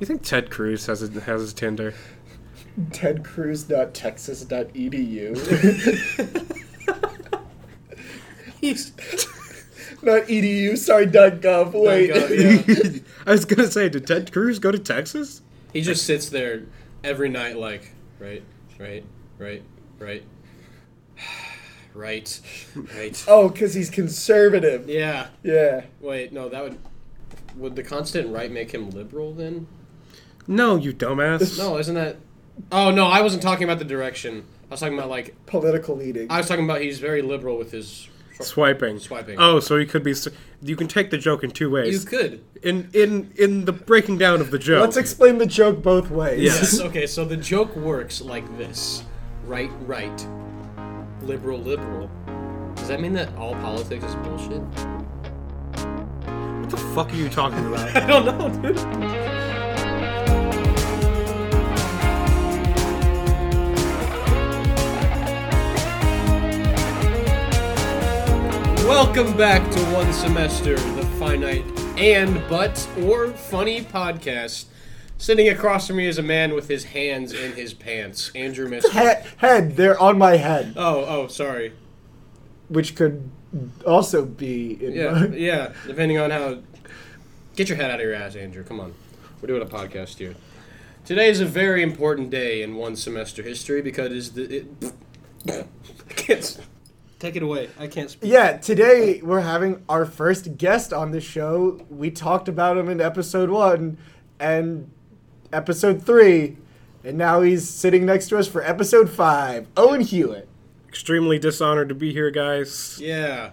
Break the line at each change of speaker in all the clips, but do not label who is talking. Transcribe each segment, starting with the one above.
You think Ted Cruz has a, has his Tinder?
E tedcruz.texas.edu.
He's.
Not edu, sorry, .gov. Wait.
.gov, yeah.
I was gonna say, did Ted Cruz go to Texas?
He just sits there every night, like, right, right, right, right, right, right.
oh, because he's conservative.
Yeah.
Yeah.
Wait, no, that would. Would the constant right make him liberal then?
No, you dumbass.
No, isn't that. Oh, no, I wasn't talking about the direction. I was talking about, like,
Political leading.
I was talking about he's very liberal with his.
Swiping.
Swiping.
Oh, so he could be. s- You can take the joke in two
You
ways.
could.
In in in the breaking down of the joke.
Let's explain the joke both ways.
Yeah.
Yes, okay, so the joke works like this right, right, liberal, liberal. Does that mean that all politics is bullshit?
what the fuck are you talking about?
I don't know, dude. Welcome back to One Semester, the finite and but or funny podcast. Sitting across from me is a man with his hands in his pants, Andrew Mister.
He- head, they're on my head,
Oh, oh, sorry.
which could also be in
Yeah,
my-
yeah. Depending on how. Get your head out of your ass, Andrew. Come on. We're doing a podcast here. Today is a very important day in one semester history because it's the. It, I can't. s- Take it away. I can't speak.
Yeah, today we're having our first guest on the show. We talked about him in episode one and episode three, and now he's sitting next to us for episode five. Owen Hewitt.
Extremely dishonored to be here, guys.
Yeah.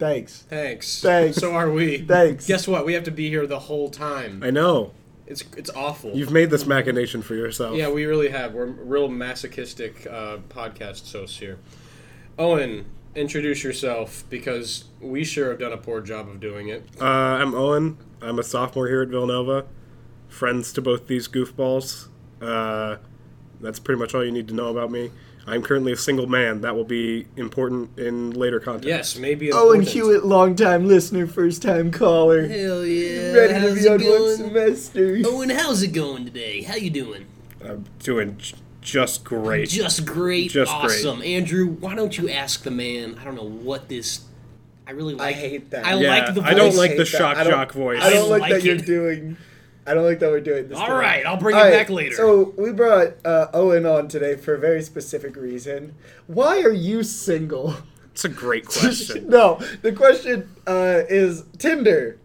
Thanks.
Thanks.
Thanks.
So are we.
Thanks.
Guess what? We have to be here the whole time.
I know
It's it's awful.
you've made this machination for yourself.
yeah, we really have. We're real masochistic uh, podcast hosts here. Owen, introduce yourself because we sure have done a poor job of doing it.
Uh, I'm Owen. I'm a sophomore here at Villanova. Friends to both these goofballs. Uh, that's pretty much all you need to know about me. I'm currently a single man. That will be important in later context.
Yes, maybe.
Oh,
Owen
important.
Hewitt, longtime listener, first time caller.
Hell yeah!
Ready to be on one semester.
Owen, how's it going today? How you doing?
I'm doing j- just great.
Just great,
Just great.
awesome. Andrew, why don't you ask the man? I don't know what this. I really like.
hate that.
I
yeah,
like the voice.
I don't
I
like
hate
the
that.
shock
I don't-
jock voice.
I don't
I
like,
like
that you're
it.
doing. I don't like that we're doing this.
All
today.
right, I'll bring it
All
back later.
So we brought uh, Owen on today for a very specific reason. Why are you single?
It's a great question.
no, the question uh, is Tinder.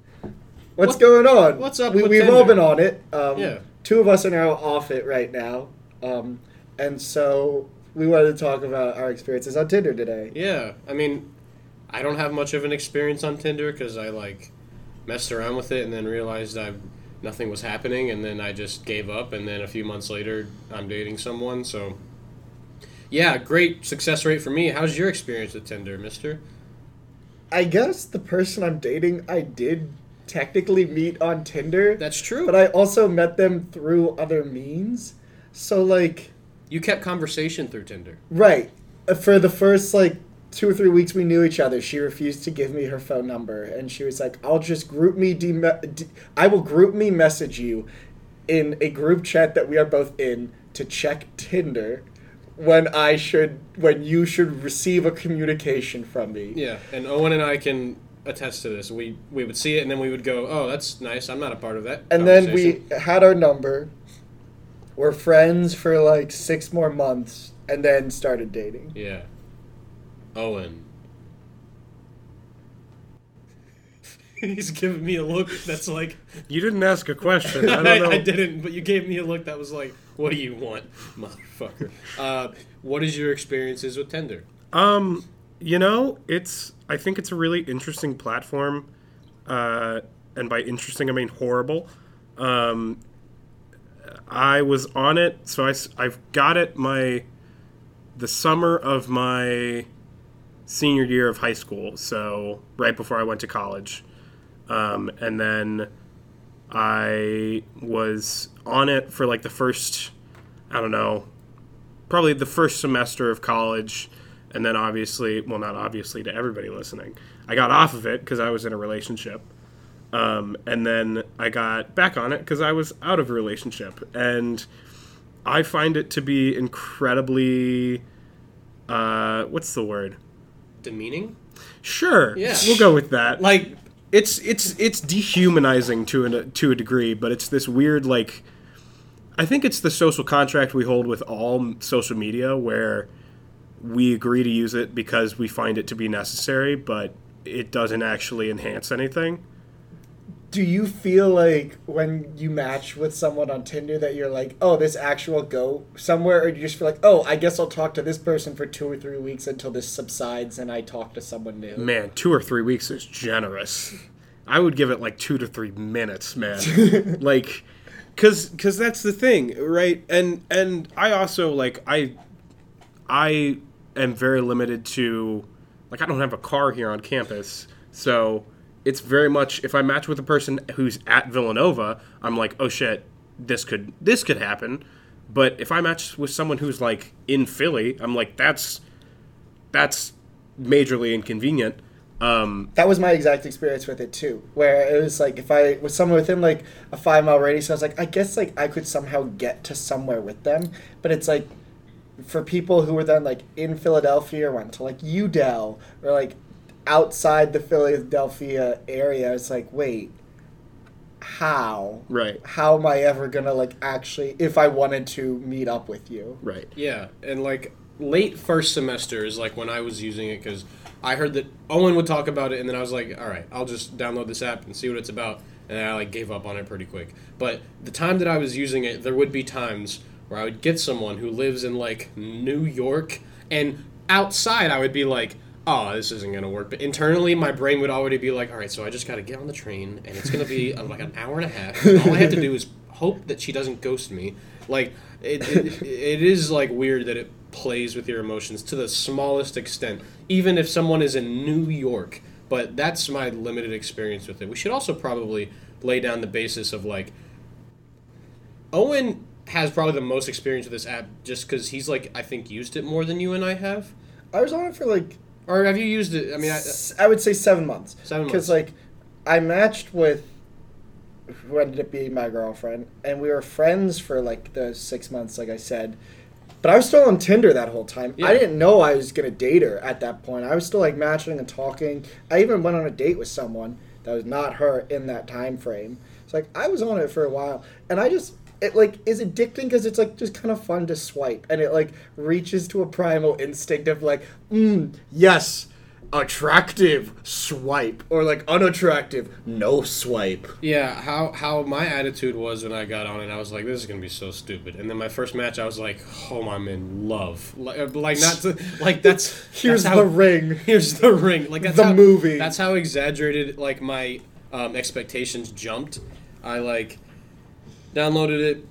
What's
What-
going on?
what's up
We,
with
we've all
Tinder?
been on it. Um,
Yeah.
Two of us are now off it right now, um, and so we wanted to talk about our experiences on Tinder today.
yeah, I mean, I don't have much of an experience on Tinder because I like messed around with it and then realized I nothing was happening and then I just gave up and then a few months later I'm dating someone. So, yeah, great success rate for me. How's your experience with Tinder, Mister?
I guess the person I'm dating, I did technically meet on Tinder.
That's true.
but I also met them through other means. So like,
You kept conversation through Tinder.
right uh, for the first like two or three weeks we knew each other, she refused to give me her phone number, and she was like, "I'll just group me, dem- d- I will group me message you in a group chat that we are both in to check Tinder." When I should, when you should receive a communication from me.
Yeah, and Owen and I can attest to this. We we would see it, and then we would go, "Oh, that's nice. I'm not a part of that."
And then we
conversation."
had our number. We're friends for like six more months, and then started dating.
yeah, Owen. He's giving me a look that's like
you didn't ask a question. I
I,
don't know.
I didn't, but you gave me a look that was like, "What do you want, motherfucker?" Uh, what is your experiences with Tinder?
Um, you know, it's. I think it's a really interesting platform, uh, and by interesting I mean horrible. Um, I was on it, so I, have got it my the summer of my senior year of high school, so right before I went to college, um, and then I was on it for like the first, I don't know, probably the first semester of college and then obviously well not obviously to everybody listening i got off of it because i was in a relationship Um, and then I got back on it because I was out of a relationship. And I find it to be incredibly. Uh, what's the word?
Demeaning?
Sure.
Yeah.
We'll go with that.
Like,
it's it's it's dehumanizing to an, to a degree, but it's this weird like I think it's the social contract we hold with all m- social media where we agree to use it because we find it to be necessary, but it doesn't actually enhance anything.
Do you feel like when you match with someone on Tinder that you're like, oh, this actual go somewhere, or do you just feel like, oh, I guess I'll talk to this person for two or three weeks until this subsides and I talk to someone new?
Man, 2 or 3 weeks is generous. I would give it like 2 to 3 minutes, man. like cuz cuz that's the thing, right? And and I also like I I am very limited to like I don't have a car here on campus, so it's very much if I match with a person who's at Villanova, I'm like, oh shit, this could this could happen. But if I match with someone who's like in Philly, I'm like, that's that's majorly inconvenient. Um,
that was my exact experience with it too where it was like if i was someone within like a five mile radius i was like i guess like i could somehow get to somewhere with them but it's like for people who were then like in philadelphia or went to like udel or like outside the philadelphia area it's like wait how
right,
how am i ever gonna like actually if i wanted to meet up with you
right.
yeah. And, like, late first semester is, like, when I was using it because I heard that Owen would talk about it, and then I was like, all right, I'll just download this app and see what it's about. And I, like, gave up on it pretty quick. But the time that I was using it, there would be times where I would get someone who lives in, like, New York, and outside I would be like, oh, this isn't going to work. But internally, my brain would already be like, all right, so I just got to get on the train, and it's going to be uh, like an hour and a half. And all I have to do is hope that she doesn't ghost me. Like, it, it, it is, like, weird that it plays with your emotions to the smallest extent, even if someone is in New York. But that's my limited experience with it. We should also probably lay down the basis of, like, Owen has probably the most experience with this app just because he's, like, I think used it more than you and I have.
i was on it for like
Or have you used it? I mean, I,
S- I, would say seven months.
Seven months.
Because like, I matched with who ended up being my girlfriend, and we were friends for like the six months, like I said. But I was still on Tinder that whole time.
Yeah.
I didn't know I was gonna date her at that point. I was still like matching and talking. I even went on a date with someone that was not her in that time frame. It's like I was on it for a while, and I just it like is addicting because it's like just kind of fun to swipe, and it like reaches to a primal instinct of like, mm, yes, attractive swipe or like unattractive no swipe.
yeah, how how my attitude was when I got on it, I was like, this is gonna be so stupid. And then my first match, I was like, oh, I'm in love. Like, like not to, like that's
Here's
that's how-
the ring.
Here's the ring. Like that's
The
how,
movie.
That's how exaggerated like my um, expectations jumped. I like downloaded it.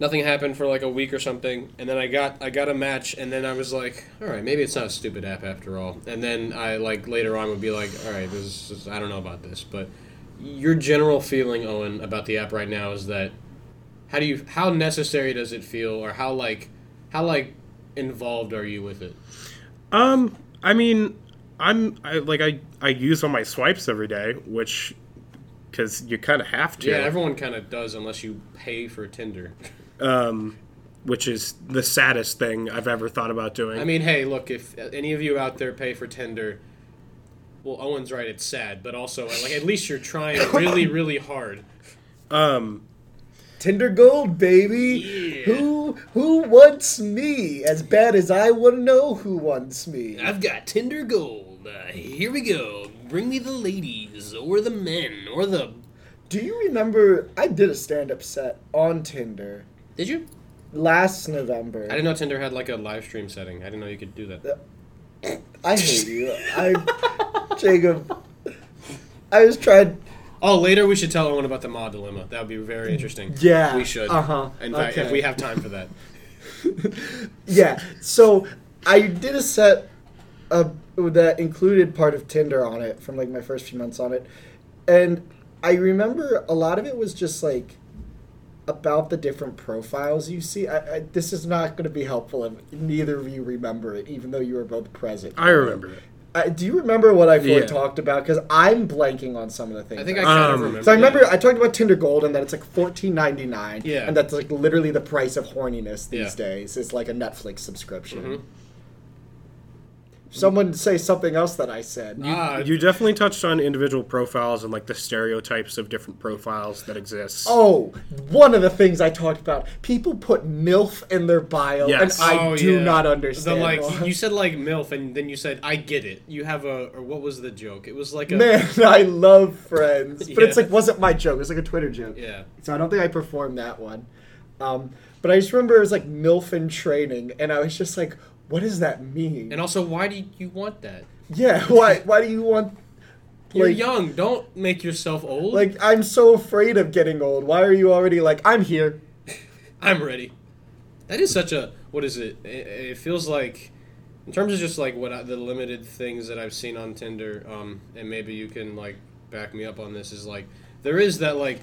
Nothing happened for like a week or something, and then I got I got a match, and then I was like, all right, maybe it's not a stupid app after all. And then I like later on would be like, all right, this is, I don't know about this, but your general feeling, Owen, about the app right now is that how do you how necessary does it feel, or how like how like involved are you with it?
Um, I mean, I'm I, like I I use all my swipes every day, which because you kind of have to,
Yeah, everyone kind of does unless you pay for Tinder.
which is the saddest thing I've ever thought about doing.
I mean, hey, look, if any of you out there pay for Tinder, well, Owen's right, it's sad, but also uh, like at least you're trying really, really hard.
Tinder gold, baby. Who who wants me? As bad as I want to know who wants me.
I've got Tinder Gold. Uh, here we go. Bring me the ladies, or the men, or the.
Do you remember I did a stand-up set on Tinder
Did you?
last
I
November?
didn't know Tinder had like a live stream setting. I didn't know you could do that.
I hate you. I Jacob. I was trying.
Oh, later we should tell Owen about the mod dilemma. That would be very interesting.
Yeah,
we should.
uh-huh,
In fact, if
okay.
we have time for that.
Yeah. So I did a set uh, that included part of Tinder on it from like my first few months on it, and I remember a lot of it was just like about the different profiles you see. I, I, this is not going to be helpful if neither of you remember it, even though you were both present.
I remember it.
I, do you remember what I
Yeah.
talked about? Because I'm blanking on some of the things.
I think I
that-
kind
Um,
of remember.
so I remember
that.
I talked about Tinder Gold and that it's like fourteen ninety nine.
Yeah.
And that's like literally the price of horniness these
Yeah. Mm-hmm.
days. It's like a Netflix subscription. Someone say something else that I said.
Ah,
You definitely touched on individual profiles and like the stereotypes of different profiles that exist.
Oh, one of the things I talked about. People put MILF in their bio,
Yes.
and I
oh,
do
yeah.
not
The,
understand.
like
why.
you said, like milf, and then you said, "I get it." You have a or what was the joke? It was like a
Man, I love Friends, but it's
Yeah.
like wasn't my joke. It's like a Twitter joke.
yeah.
So I don't think I performed that one. Um, but I just remember it was like MILF in training, and I was just like, what does that mean?
And also, why do you want that?
yeah, why? Why do you want?
You're
Like-
young. Don't make yourself old.
Like, I'm so afraid of getting old. Why are you already like I'm here?
I'm ready. That is such a what is it? It, it feels like in terms of just like what I, the limited things that I've seen on Tinder, um, and maybe you can like back me up on this is like there is that like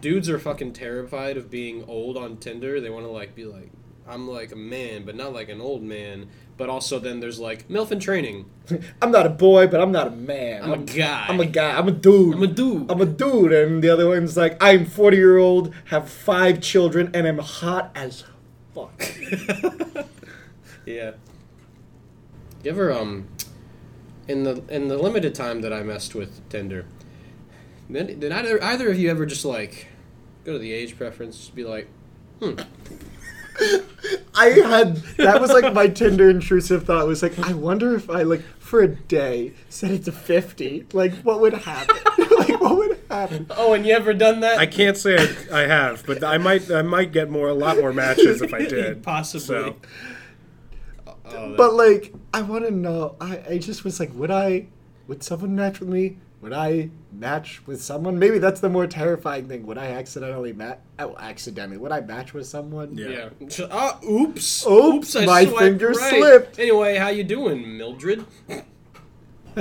dudes are fucking terrified of being old on Tinder. They want to like be like I'm like a man, but not like an old man. But also then there's like milf in training.
I'm not a boy, but I'm not a man.
I'm a guy.
I'm a guy. I'm a dude.
I'm a dude.
I'm a dude, and the other one's like, I'm 40 year old, have five children, and I'm hot as fuck.
Yeah. You ever um in the in the limited time that I messed with Tinder, then did either either of you ever just like go to the age preference, be like,
I had that was like my Tinder intrusive thought was like, I wonder if I like for a day set it to 50, like what would happen? like what would happen?
Oh, and you ever done that?
I can't say I, I have, but I might I might get more a lot more matches if I did.
Possibly.
So,
Oh,
But like, I want to know. I, I just was like, would I, would someone match with me? Would I match with someone? Maybe that's the more terrifying thing. Would I accidentally match? Oh, accidentally. Would I match with someone?
Yeah.
Yeah. Just, ah, oops.
Oops, my
swiped
finger slipped.
Anyway, how you doing, Mildred?
That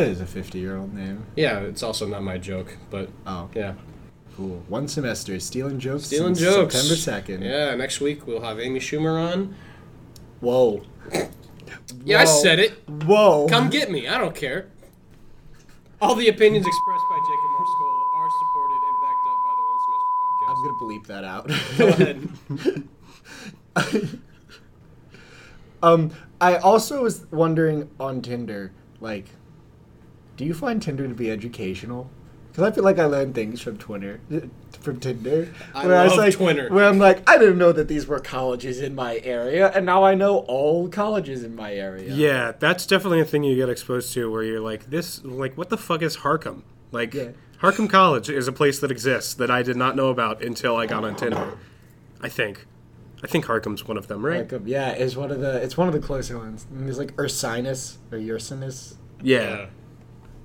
is a 50 year old name.
Yeah, it's also not my joke, but
Oh,
yeah.
cool. One semester, stealing jokes.
Stealing
since
jokes.
September 2nd.
Yeah, next week we'll have Amy Schumer on.
Whoa.
Yeah, I
Whoa.
said it.
Whoa.
Come get me. I don't care. All the opinions expressed by Jacob Marskol are supported and backed up by the One Semester Podcast.
I'm gonna bleep that out. um, I also was wondering on Tinder, like, do you find Tinder to be educational? Because I feel like I learned things from Twitter, uh, from Tinder.
I
where was
love
like,
Twitter.
Where I'm like, I didn't know that these were colleges in my area, and now I know all colleges in my area.
yeah, that's definitely a thing you get exposed to where you're like, this, like, what the fuck is Harcum? Like,
Yeah.
Harcum College is a place that exists that I did not know about until I got on Tinder. I think, I think Harcum's one of them, right?
Like, um, yeah, it's one of the it's one of the closer ones. And there's like Ursinus or Ursinus.
yeah.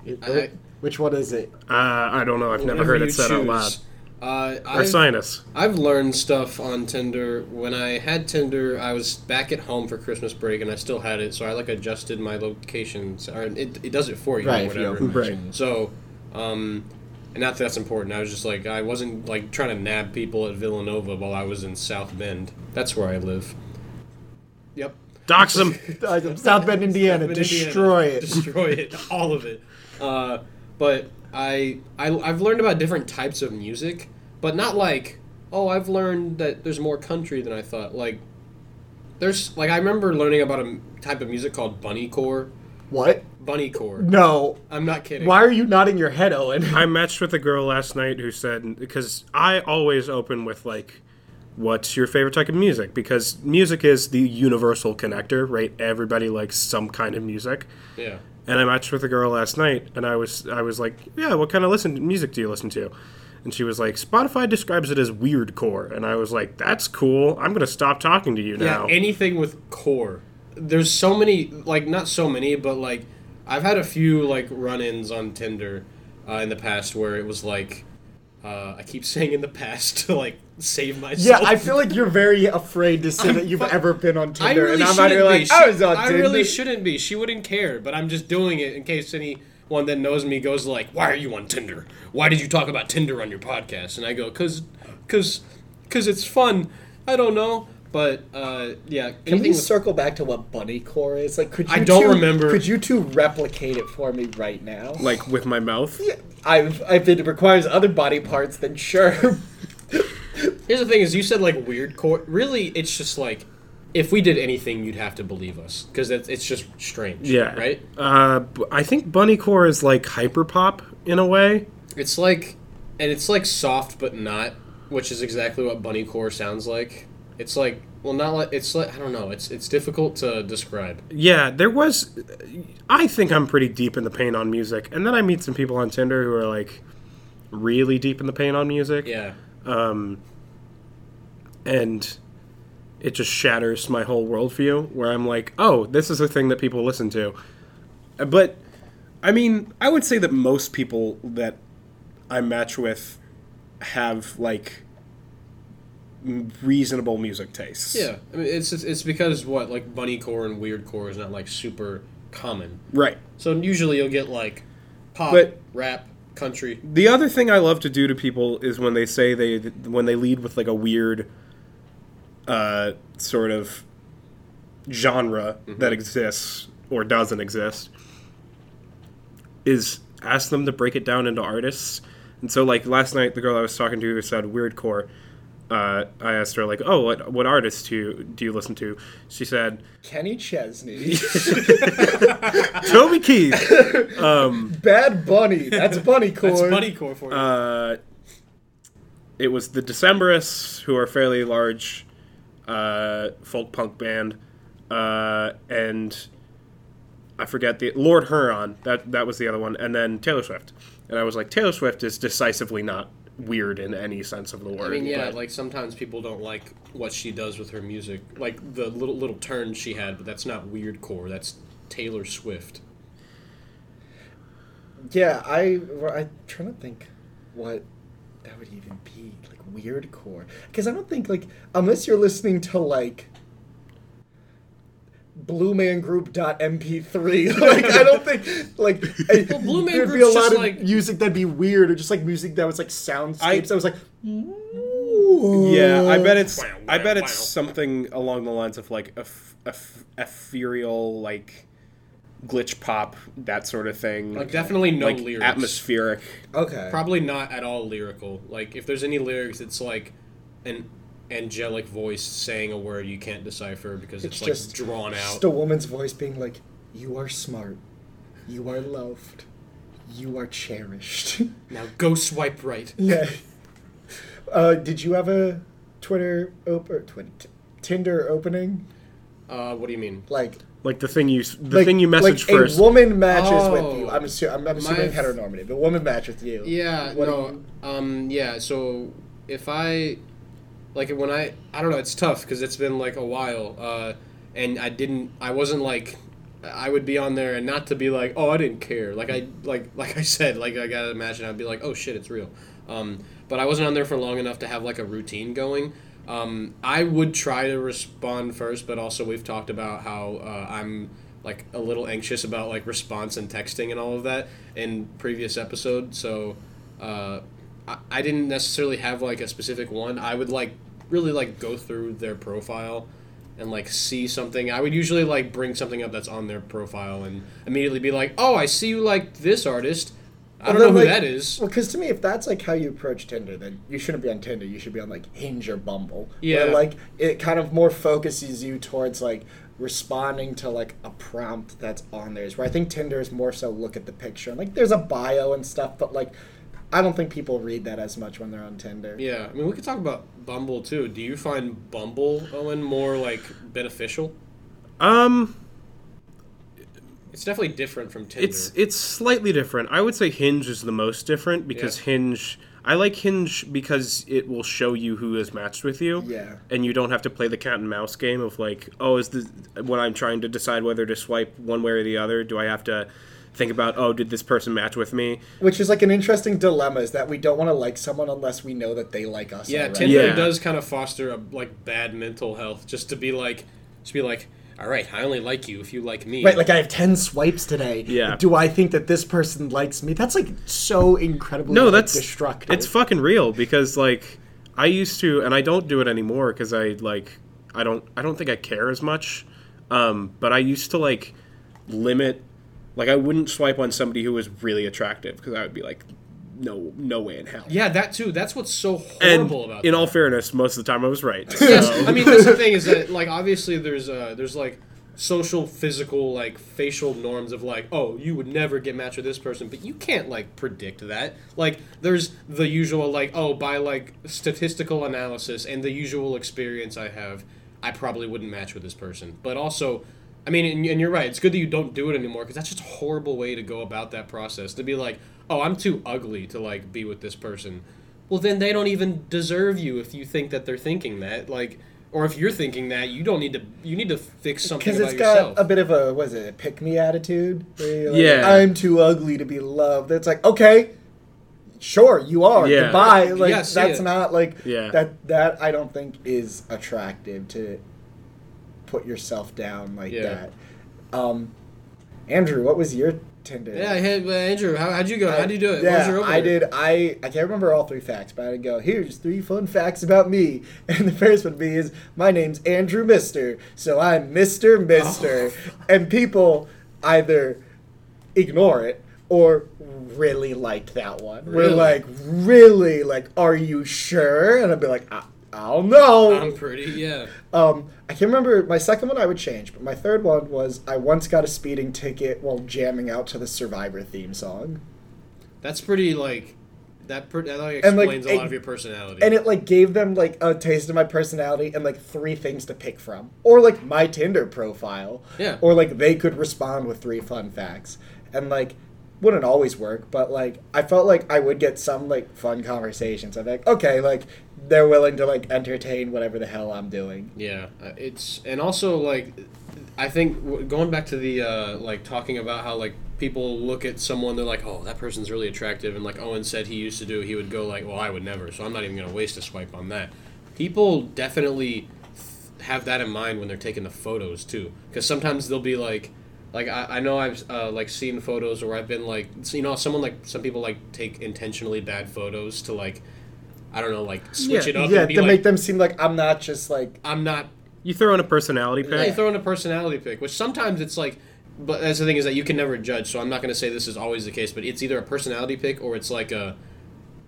It-
I-
which one is it?
Uh, I don't know. I've never heard it said out loud.
Uh,
Or
I've,
sinus.
I've learned stuff on Tinder. When I had Tinder, I was back at home for Christmas break, and I still had it, so I like adjusted my locations. Or it, it does it for you,
Right,
or
if you
whatever.
open
Right.
mentions.
So, um, and not that that's important. I was just like, I wasn't like trying to nab people at Villanova while I was in South Bend. That's where I live. Yep.
Dox him.
Uh, South Bend, Indiana,
But Indiana,
destroy it.
Destroy it. All of it. Uh, but I, I I've learned about different types of music, but not like oh I've learned that there's more country than I thought. Like there's like I remember learning about a m- type of music called bunnycore.
What?
Bunnycore.
No.
I'm not kidding.
Why are you nodding your head, Owen?
I matched with a girl last night who said because I always open with like, "What's your favorite type of music?" Because music is the universal connector, right? Everybody likes some kind of music.
Yeah.
And I matched with a girl last night, and I was I was like, "Yeah, what kind of listen music do you listen to?" And she was like, "Spotify describes it as weird core," and I was like, "That's cool. I'm gonna stop talking to you now."
Yeah, anything with core. There's so many, like not so many, but like I've had a few like run-ins on Tinder uh, in the past where it was like uh, I keep saying in the past to like save
yeah,
myself.
I feel like you're very afraid to say that you've
fu-
ever been on
I
Tinder,
really
and I'm out
shouldn't
here
be.
like, "Oh,
She-
I was on Tinder.
really shouldn't be. She wouldn't care, but I'm just doing it in case anyone that knows me goes like, "Why are you on Tinder? Why did you talk about Tinder on your podcast?" And I go, "Cause, cause, cause it's fun. I don't know. But uh, yeah,
Can
anything
we
with-
circle back to what bunny core is? Like, could you
I don't
two,
remember.
Could you two replicate it for me right now?
like with my mouth.
I've, if it requires other body parts, then sure.
Here's the thing: is you said like weird core. Really, it's just like if we did anything, you'd have to believe us because it's just strange.
Yeah.
Right.
Uh, b- I think bunny core is like hyper pop in a way.
It's like, and it's like soft but not, which is exactly what bunny core sounds like. It's like, well, not like it's like I don't know. It's it's difficult to describe.
Yeah, there was. I think I'm pretty deep in the pain on music, and then I meet some people on Tinder who are like really deep in the pain on music.
Yeah.
and it just shatters my whole worldview where I'm like, oh, this is a thing that people listen to. Uh, But I mean, I would say that most people that I match with have like m- reasonable music tastes.
Yeah. I mean, it's it's because what like bunny core and weird core is not like super common.
Right.
So usually you'll get like pop,
But-
rap, country.
The other thing I love to do to people is when they say they when they lead with like a weird uh, sort of genre that exists or doesn't exist is ask them to break it down into artists. And so like last night the girl I was talking to who said weirdcore uh, I asked her like, "Oh, what what artists do you, do you listen to?" She said,
Kenny Chesney,
"Toby Keith."
Bad Bunny. That's bunny core.
That's bunny core for you.
uh, it was the Decemberists, who are a fairly large uh, folk punk band, uh, and I forget the Lord Huron. That that was the other one, and then Taylor Swift. And I was like, Taylor Swift is decisively not weird in any sense of the word.
I mean, yeah,
but-
like sometimes people don't like what she does with her music, like the little little turn she had, but that's not weird core. That's Taylor Swift.
Yeah, I, I'm trying to think what that would even be like weird core because I don't think like unless you're listening to like bluemangroup.mp3 like I don't think like I-
Blue Man
there'd be a
Group's
lot
just
of
like-
music that'd be weird or just like music that was like soundscapes
I-
that was like
Yeah, I bet it's
Wow,
I bet
wow,
it's
wow.
something along the lines of like a, f- a f- ethereal like glitch pop that sort of thing.
Like definitely no
like
lyrics.
atmospheric.
okay
Probably not at all lyrical. Like if there's any lyrics, it's like an angelic voice saying a word you can't decipher because it's,
It's
like
just-
drawn out.
just a woman's voice being like you are smart you are loved you are cherished
now go swipe right.
Yeah. Uh, did you have a Twitter op- or Twitter t- Tinder opening?
Uh, what do you mean?
Like
Like the thing you s- the
like-
thing you
like
message first.
A woman matches
Oh.
with you. I'm, assu- I'm, I'm assuming
My-
heteronormative. A woman matches with you.
Yeah,
What
no,
do you-
um, yeah. So if I, like, when I, I don't know, it's tough because it's been like a while, uh, and I didn't, I wasn't like, I would be on there and not to be like, oh, I didn't care. Like I, like, like I said, like I gotta imagine I'd be like, oh shit, it's real. Um, but I wasn't on there for long enough to have like a routine going. Um, I would try to respond first, but also we've talked about how uh, I'm like a little anxious about like response and texting and all of that in previous episode. So uh, I, I didn't necessarily have like a specific one. I would like really like go through their profile and like see something. I would usually like bring something up that's on their profile and immediately be like, "Oh, I see you like this artist. I don't
Well,
know
then,
who
like-
that is."
Well, because to me, if that's like how you approach Tinder, then you shouldn't be on Tinder. You should be on like Hinge or Bumble.
Yeah.
Where, like it kind of more focuses you towards like responding to like a prompt that's on there. Is where I think Tinder is more so look at the picture. And, like there's a bio and stuff, but like I don't think people read that as much when they're on Tinder.
Yeah, I mean, we could talk about Bumble too. Do you find Bumble Owen more like beneficial?
um,
It's definitely different from Tinder.
it's it's slightly different. I would say Hinge is the most different because
Yeah.
Hinge. I like Hinge because it will show you who is matched with you.
Yeah.
And you don't have to play the cat and mouse game of like, oh, is this when I'm trying to decide whether to swipe one way or the other? Do I have to think about, oh, did this person match with me?
Which is like an interesting dilemma is that we don't want to like someone unless we know that they like us.
yeah,
already.
Tinder
Yeah.
does kind of foster a like bad mental health just to be like, just be like, all right, I only like you if you like me.
Right, like I have ten swipes today.
Yeah.
Do I think that this person likes me? That's like so incredibly
no
like,
that's
destructive.
it's fucking real because like i used to and i don't do it anymore because i like I don't I don't think I care as much. Um, but I used to like limit like I wouldn't swipe on somebody who was really attractive because I would be like no no way in hell.
Yeah, that too. That's what's so
And
horrible about
in
that.
all fairness, most of the time I was right.
Yes, I mean that's the thing is that like obviously there's uh there's like social, physical, like facial norms of like oh you would never get matched with this person, but you can't like predict that. Like there's the usual like oh by like statistical analysis and the usual experience I have, I probably wouldn't match with this person. But also. I mean, and, and you're right. It's good that you don't do it anymore because that's just a horrible way to go about that process. To be like, oh, I'm too ugly to like be with this person well then they don't even deserve you if you think that they're thinking that like or if you're thinking that you don't need to you need to fix something
Because
about
it's got
yourself
a bit of a was it a pick me attitude? Where you're like,
Yeah.
I'm too ugly to be loved. It's like okay, sure you are.
Yeah.
Goodbye. Like
Yeah, see
that's
ya.
not like
Yeah.
that. That I don't think is attractive to put yourself down like
Yeah.
that. Um, Andrew, what was your Tinder?
yeah hey, uh, andrew how, how'd you go how'd you do it
Yeah,
what was your opener?
I did. I I can't remember all three facts, but I would go, here's three fun facts about me. And the first one be is my name's Andrew Mister, so I'm Mister Mister,
Oh.
and people either ignore it or really liked that one. We're
Really?
like, really, like, are you sure? And I'd be like, I, I don't know.
i'm pretty yeah
Um, I can remember my second one I would change, but my third one was I once got a speeding ticket while jamming out to the Survivor theme song.
that's pretty like that, per- that like,
And, like,
explains a
it-
lot of your personality
and it like gave them like a taste of my personality and like three things to pick from or like my tinder profile
Yeah.
or like they could respond with three fun facts and like wouldn't always work but like i felt like i would get some like fun conversations i'm like okay like they're willing to like entertain whatever the hell i'm doing
Yeah, uh, it's and also like I think w- going back to the uh, like talking about how like people look at someone they're like oh that person's really attractive and like Owen said he used to do he would go like well I would never so I'm not even gonna waste a swipe on that. People definitely th- have that in mind when they're taking the photos too because sometimes they'll be like like I, I know I've uh, like seen photos where I've been like so, you know someone like some people like take intentionally bad photos to like I don't know like switch
Yeah,
it up
yeah
and be
to
like
make them seem like i'm not just like
I'm not
You throw in a personality
yeah, you
pick.
throw in a personality pick, which sometimes it's like, but that's the thing is that you can never judge. So I'm not going to say this is always the case, but it's either a personality pick or it's like a,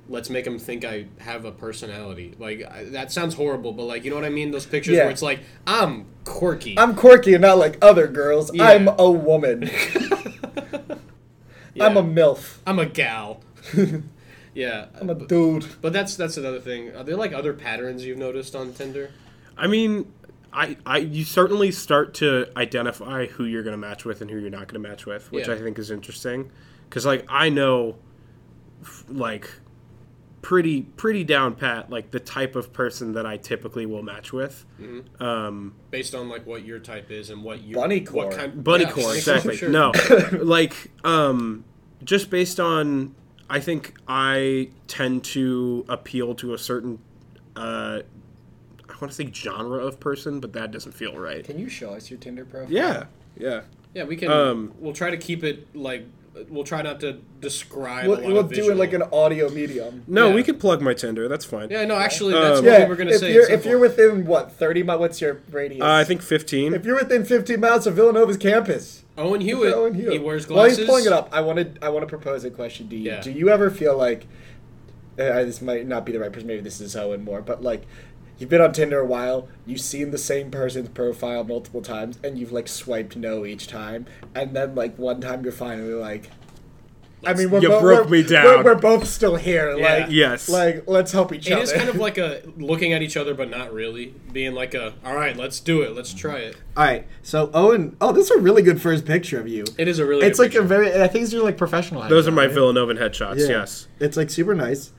let's make them think I have a personality. Like I, that sounds horrible, but like you know what I mean? Those pictures
Yeah.
where it's like I'm quirky.
i'm quirky and not like other girls
Yeah.
i'm a woman i'm a milf
I'm a gal. yeah,
i'm a dude
but that's that's another thing. Are there like other patterns you've noticed on Tinder?
I mean, I, I you certainly start to identify who you're going to match with and who you're not going to match with, which
Yeah.
I think is interesting because like I know f- like pretty pretty down pat like the type of person that I typically will match with.
Based on like what your type is and what you
Bunny
what
core.
kind
Bunny
yeah,
core,
sure,
exactly.
sure.
No, like um, just based on, I think I tend to appeal to a certain, uh, I want to say genre of person, but that doesn't feel right.
can you show us your tinder profile
Yeah, yeah,
Yeah, we can.
Um,
we'll try to keep it like we'll try not to describe.
We'll,
a lot
we'll
of
do it like
visual-
an audio medium.
No,
Yeah.
we could plug my Tinder. That's fine.
Yeah, no, actually, that's
Um,
what
Yeah,
we were gonna
if
say.
you're
It's
if
simple.
you're within what thirty miles, what's your radius?
Uh, I think fifteen.
if you're within 15 miles of Villanova's campus,
Owen Hewitt,
Owen Hugh.
he wears
While
glasses.
he's pulling it up, I wanted I want to propose a question to you.
Yeah.
Do you ever feel like uh, this might not be the right person? Maybe this is Owen more, but like you've been on Tinder a while, you've seen the same person's profile multiple times, and you've like swiped no each time, and then like one time you're finally like. I mean, we're
You
bo-
broke
we're-
me down.
We're, we're both still here.
Yeah.
Like,
Yes.
Like, let's help each
It
other.
is kind of like a looking at each other, but not really being like a. All right, let's do it. Let's try it.
All right. So Owen, oh, this is a really good first picture of you.
It is a really.
it's
good
like a
picture.
very. I think these are like professional.
Those are
headshots,
my
right?
Villanovan headshots. Yes.
It's like super nice.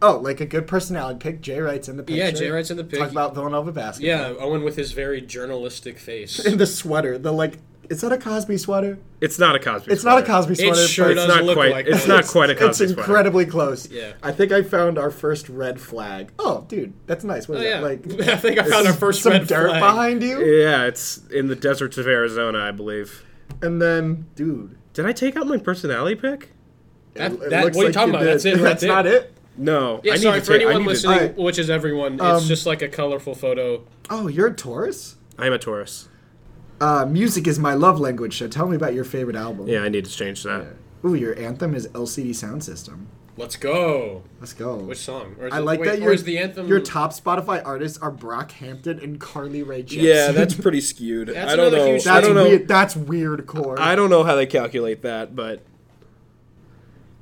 Oh, like a good personality pick. Jay writes in the picture.
Yeah, Jay writes in the pic.
Talk about Villanova basketball.
yeah, Owen with his very journalistic face.
And the sweater, the like, is that a Cosby sweater?
It's not a Cosby.
It's not a
sweater.
Cosby
It
sweater.
sure
but
It's
does
not
look
quite.
like
it's
one.
not quite a
It's
Cosby. sweater.
incredibly close.
Yeah.
I think I found our first red flag. Oh, dude, that's nice. What
Oh,
is
yeah.
that? Like,
I think I found our first
some
red
dirt
flag.
behind you?
Yeah, it's in the deserts of Arizona, I believe.
And then, dude.
Did I take out my personality pick?
That-
it- it
that-
looks
what are you talking about?
did.
That's it right
That's
there.
not it.
No, I
Yeah,
need
sorry
to take.
for
I
anyone
need
listening,
to.
Alright.
which is everyone.
Um,
it's just like a colorful photo.
Oh, you're a Taurus.
I'm a Taurus.
Uh, music is my love language. So tell me about your favorite album.
Yeah, I need to change that.
Ooh, your anthem is LCD Sound System.
Let's go.
Let's go.
Which song? Or is
I
it-
like
wait,
that
or
your,
is the anthem?
your top Spotify artists are Brockhampton and Carly Rae Jepsen.
Yeah, that's pretty skewed.
That's
I don't
another
know.
huge
I
that's
don't know.
weird. That's weird core.
I don't know how they calculate that, but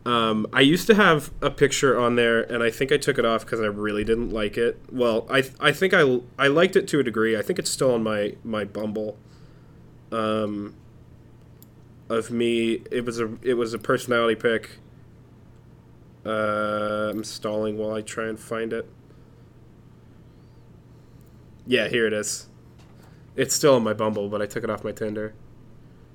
um, I used to have a picture on there, and I think I took it off because I really didn't like it. Well, I I think I I liked it to a degree. I think it's still on my my Bumble. Um, of me, it was a it was a personality pick. Uh, I'm stalling while I try and find it. Yeah, here it is. It's still on my Bumble, but I took it off my Tinder.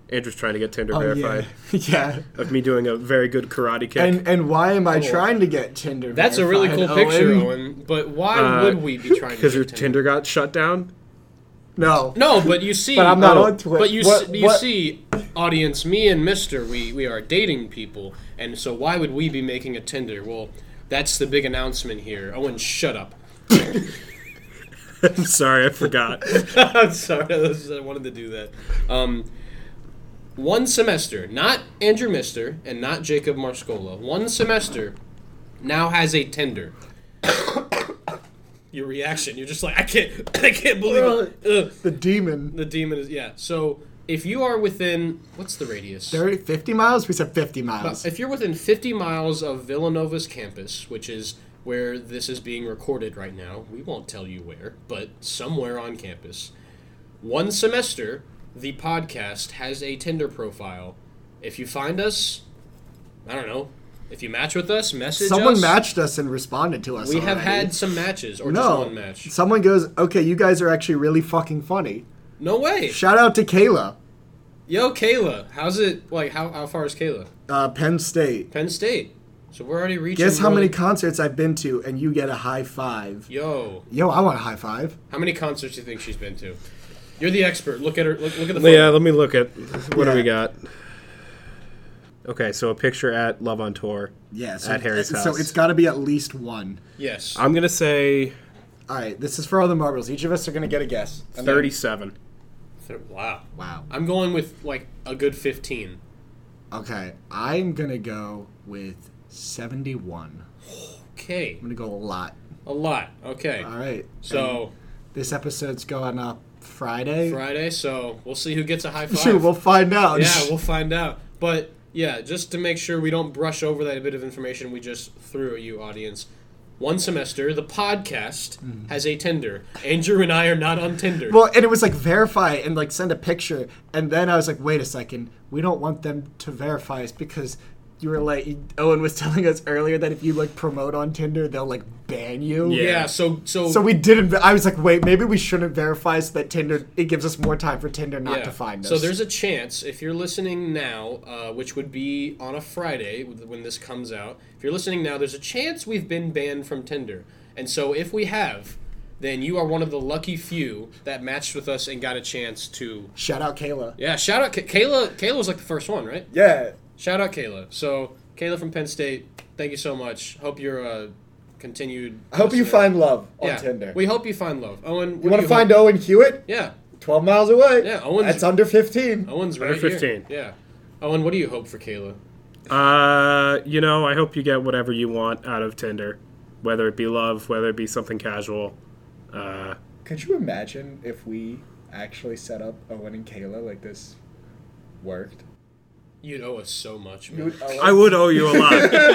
Andrew's trying to get Tinder
oh,
verified
yeah. yeah.
of me doing a very good karate kick.
And and why am I trying to get Tinder?
That's a really cool
verified, Oh,
picture,
Owen?
Owen. But why
Oh, Uh,
would we be trying to?
because
do
your Tinder got shut down.
No.
No, but you see,
But I'm not
Oh,
on Twitter.
But you,
What-
s you
what-
see, audience, me and Mister, we we are dating people, and so why would we be making a Tinder? Well, that's the big announcement here. Owen, shut up.
I'm sorry, I forgot.
I'm sorry, I, was- I wanted to do that. Um, one semester, not Andrew Mister and not Jacob Marscola. One semester now has a Tinder. Your reaction, you're just like, I can't, I can't believe it. Ugh.
The demon.
The demon is yeah. So if you are within what's the radius?
30, 50 miles? We said 50 miles.
If you're within 50 miles of Villanova's campus, which is where this is being recorded right now, we won't tell you where, but somewhere on campus. One semester, the podcast has a Tinder profile. If you find us, I don't know. If you match with us, message
Someone
us.
matched us and responded to us.
We have
already.
had some matches, or just
no.
one match.
Someone goes, okay, you guys are actually really fucking funny.
No way.
Shout out to Kayla,
Yo, Kayla, how's it? Like, how, how far is Kayla?
uh, Penn State.
Penn State. So we're already reaching.
Guess how
more
many
than-
concerts I've been to, and you get a high five.
Yo,
Yo, I want a high five.
how many concerts do you think she's been to? You're the expert. Look at her. Look, look at the. Photo.
yeah, let me look at what do
Yeah.
we got. Okay, so a picture at Love on Tour.
Yeah, so,
At Harry's
so
house.
it's got to be at least one.
Yes.
I'm gonna say
All right, this is for all the marbles. Each of us are gonna get a guess. And then-
37.
Th- wow.
Wow.
I'm going with like a good 15.
Okay, I'm gonna go with seventy-one.
Okay.
I'm gonna go a lot.
A lot. Okay.
All right.
So
And this episode's going up Friday.
Friday. So we'll see who gets a high
Shoot,
five.
we'll find out.
yeah, we'll find out. But yeah, just to make sure we don't brush over that bit of information we just threw at you, audience. One semester, the podcast
Mm.
has a Tinder. Andrew and I are not on Tinder.
Well, and it was like verify and like send a picture, and then I was like, wait a second, we don't want them to verify us because you were like Owen was telling us earlier that if you like promote on Tinder, they'll like ban you.
Yeah.
yeah. So so
So we didn't. I was like, wait, maybe we shouldn't verify so that Tinder. It gives us more time for Tinder not
Yeah.
to find us.
So there's a chance if you're listening now, uh, which would be on a Friday when this comes out. If you're listening now, there's a chance we've been banned from Tinder, and so if we have, then you are one of the lucky few that matched with us and got a chance to.
shout out Kayla.
Yeah, shout out Ka- Kayla. Kayla was like the first one, right?
Yeah.
Shout out Kayla. So Kayla from Penn State, thank you so much. Hope you're uh, continued.
I hope you
listener.
find love on
yeah.
Tinder.
We hope you find love, Owen.
you want to find Owen Hewitt?
Yeah,
Twelve miles away.
Yeah, Owen's-
That's under fifteen.
Owen's
Under
right here.
15.
Yeah, Owen. What do you hope for Kayla?
Uh, you know, I hope you get whatever you want out of Tinder, whether it be love, whether it be something casual. Uh,
Could you imagine if we actually set up Owen and Kayla like this? Worked.
You'd owe us so much,
You
man.
would owe
I
us-
would owe you a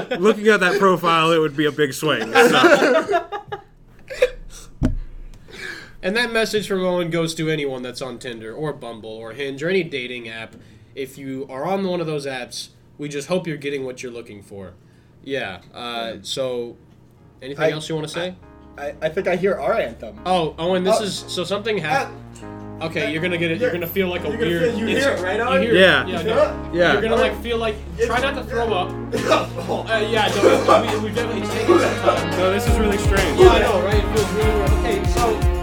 lot. Looking at that profile, it would be a big swing. So,
And that message from Owen goes to anyone that's on Tinder or Bumble or Hinge or any dating app. If you are on one of those apps, we just hope you're getting what you're looking for. Yeah. Uh, so, anything
I-
else you want to say?
I, I think I hear our anthem.
oh, Owen, this
Oh.
is so something happened. Okay,
uh,
you're gonna get it. You're
you're-
gonna feel like a
you're gonna
weird.
feel- you hear
it's-
it, right,
you
Owen?
hear it.
Yeah.
Yeah.
You
no.
yeah.
You're gonna like feel like try not to throw up. Uh, yeah. No, we, we definitely taken some time.
no, this is really strange.
Yeah, I know, right? It feels really rough. Okay, so